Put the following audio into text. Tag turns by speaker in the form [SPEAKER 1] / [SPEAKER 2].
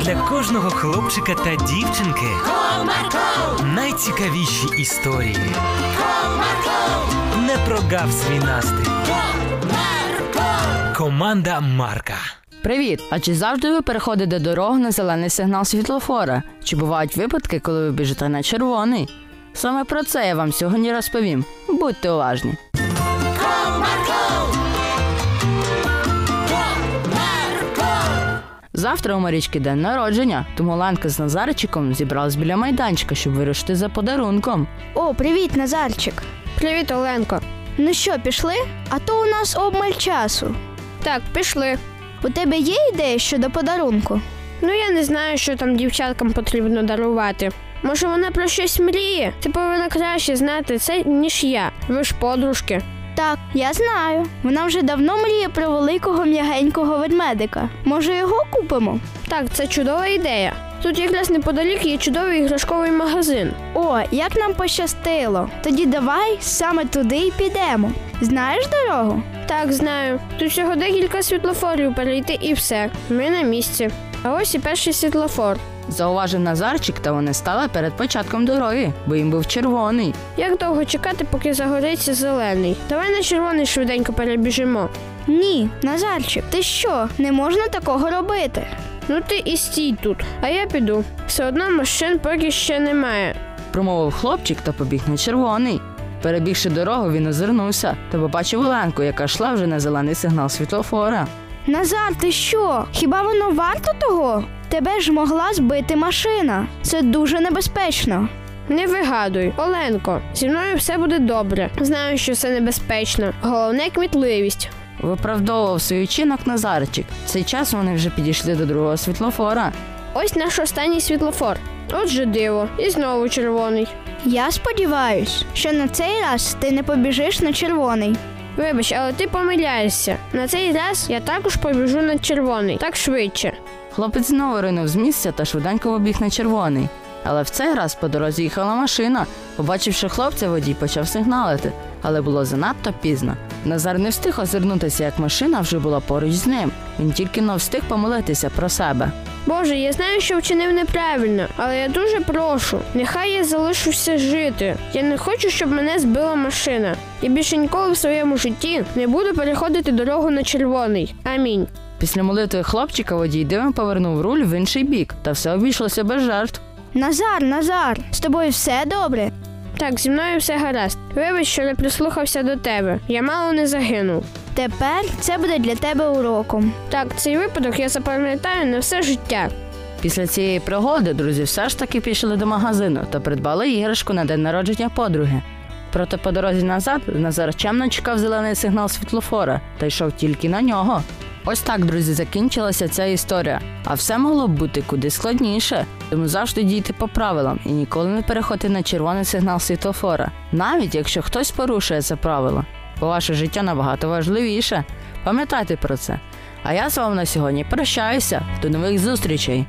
[SPEAKER 1] для кожного хлопчика та дівчинки найцікавіші історії. Не прогав свій настрій. Команда Марка.
[SPEAKER 2] Привіт! А чи завжди ви переходите дорогу на зелений сигнал світлофора? Чи бувають випадки, коли ви біжите на червоний? Саме про це я вам сьогодні розповім. Будьте уважні. Завтра у Марічки день народження, тому Ланка з Назарчиком зібралась біля майданчика, щоб вирушити за подарунком.
[SPEAKER 3] О, привіт, Назарчик.
[SPEAKER 4] Привіт, Оленко.
[SPEAKER 3] Ну що, пішли? А то у нас обмаль часу.
[SPEAKER 4] Так, пішли.
[SPEAKER 3] У тебе є ідея щодо подарунку?
[SPEAKER 4] Ну я не знаю, що там дівчаткам потрібно дарувати. Може, вона про щось мріє? Ти повинна краще знати це, ніж я. Ви ж подружки.
[SPEAKER 3] Так, я знаю. Вона вже давно мріє про великого м'ягенького ведмедика. Може, його купимо?
[SPEAKER 4] Так, це чудова ідея. Тут якраз неподалік є чудовий іграшковий магазин.
[SPEAKER 3] О, як нам пощастило. Тоді давай саме туди і підемо. Знаєш дорогу?
[SPEAKER 4] Так, знаю. Тут всього декілька світлофорів перейти і все. Ми на місці. А ось і перший світлофор.
[SPEAKER 2] Зауважив Назарчик, та вони стали перед початком дороги, бо їм був червоний.
[SPEAKER 4] Як довго чекати, поки загориться зелений? Давай на червоний швиденько перебіжимо.
[SPEAKER 3] Ні, Назарчик, ти що? Не можна такого робити.
[SPEAKER 4] Ну ти і стій тут, а я піду. Все одно машин поки ще немає.
[SPEAKER 2] Промовив хлопчик та побіг на червоний. Перебігши дорогу, він озирнувся та побачив Оленку, яка йшла вже на зелений сигнал світлофора.
[SPEAKER 3] Назар, ти що? Хіба воно варто того? Тебе ж могла збити машина. Це дуже небезпечно.
[SPEAKER 4] Не вигадуй, Оленко, зі мною все буде добре. Знаю, що це небезпечно. Головне кмітливість.
[SPEAKER 2] Виправдовував свій вчинок Назарчик. В цей час вони вже підійшли до другого світлофора.
[SPEAKER 4] Ось наш останній світлофор. Отже, диво, і знову червоний.
[SPEAKER 3] Я сподіваюсь, що на цей раз ти не побіжиш на червоний.
[SPEAKER 4] Вибач, але ти помиляєшся. На цей раз я також побіжу на червоний, так швидше.
[SPEAKER 2] Хлопець знову ринув з місця та швиденько побіг на червоний. Але в цей раз по дорозі їхала машина. Побачивши хлопця, водій почав сигналити, але було занадто пізно. Назар не встиг озирнутися, як машина вже була поруч з ним. Він тільки но встиг помилитися про себе.
[SPEAKER 4] Боже, я знаю, що вчинив неправильно, але я дуже прошу, нехай я залишуся жити. Я не хочу, щоб мене збила машина. Я більше ніколи в своєму житті не буду переходити дорогу на червоний. Амінь.
[SPEAKER 2] Після молитви хлопчика водій дивом повернув руль в інший бік, та все обійшлося без жертв.
[SPEAKER 3] Назар, Назар, з тобою все добре.
[SPEAKER 4] Так, зі мною все гаразд. Вибач, що не прислухався до тебе. Я мало не загинув.
[SPEAKER 3] Тепер це буде для тебе уроком.
[SPEAKER 4] Так, цей випадок я запам'ятаю на все життя.
[SPEAKER 2] Після цієї пригоди друзі все ж таки пішли до магазину та придбали іграшку на день народження подруги. Проте по дорозі назад Назар чемно чекав зелений сигнал світлофора та йшов тільки на нього. Ось так, друзі, закінчилася ця історія. А все могло б бути куди складніше, тому завжди дійте по правилам і ніколи не переходьте на червоний сигнал світлофора, навіть якщо хтось порушує це правило. Бо ваше життя набагато важливіше. Пам'ятайте про це. А я з вами на сьогодні прощаюся. До нових зустрічей!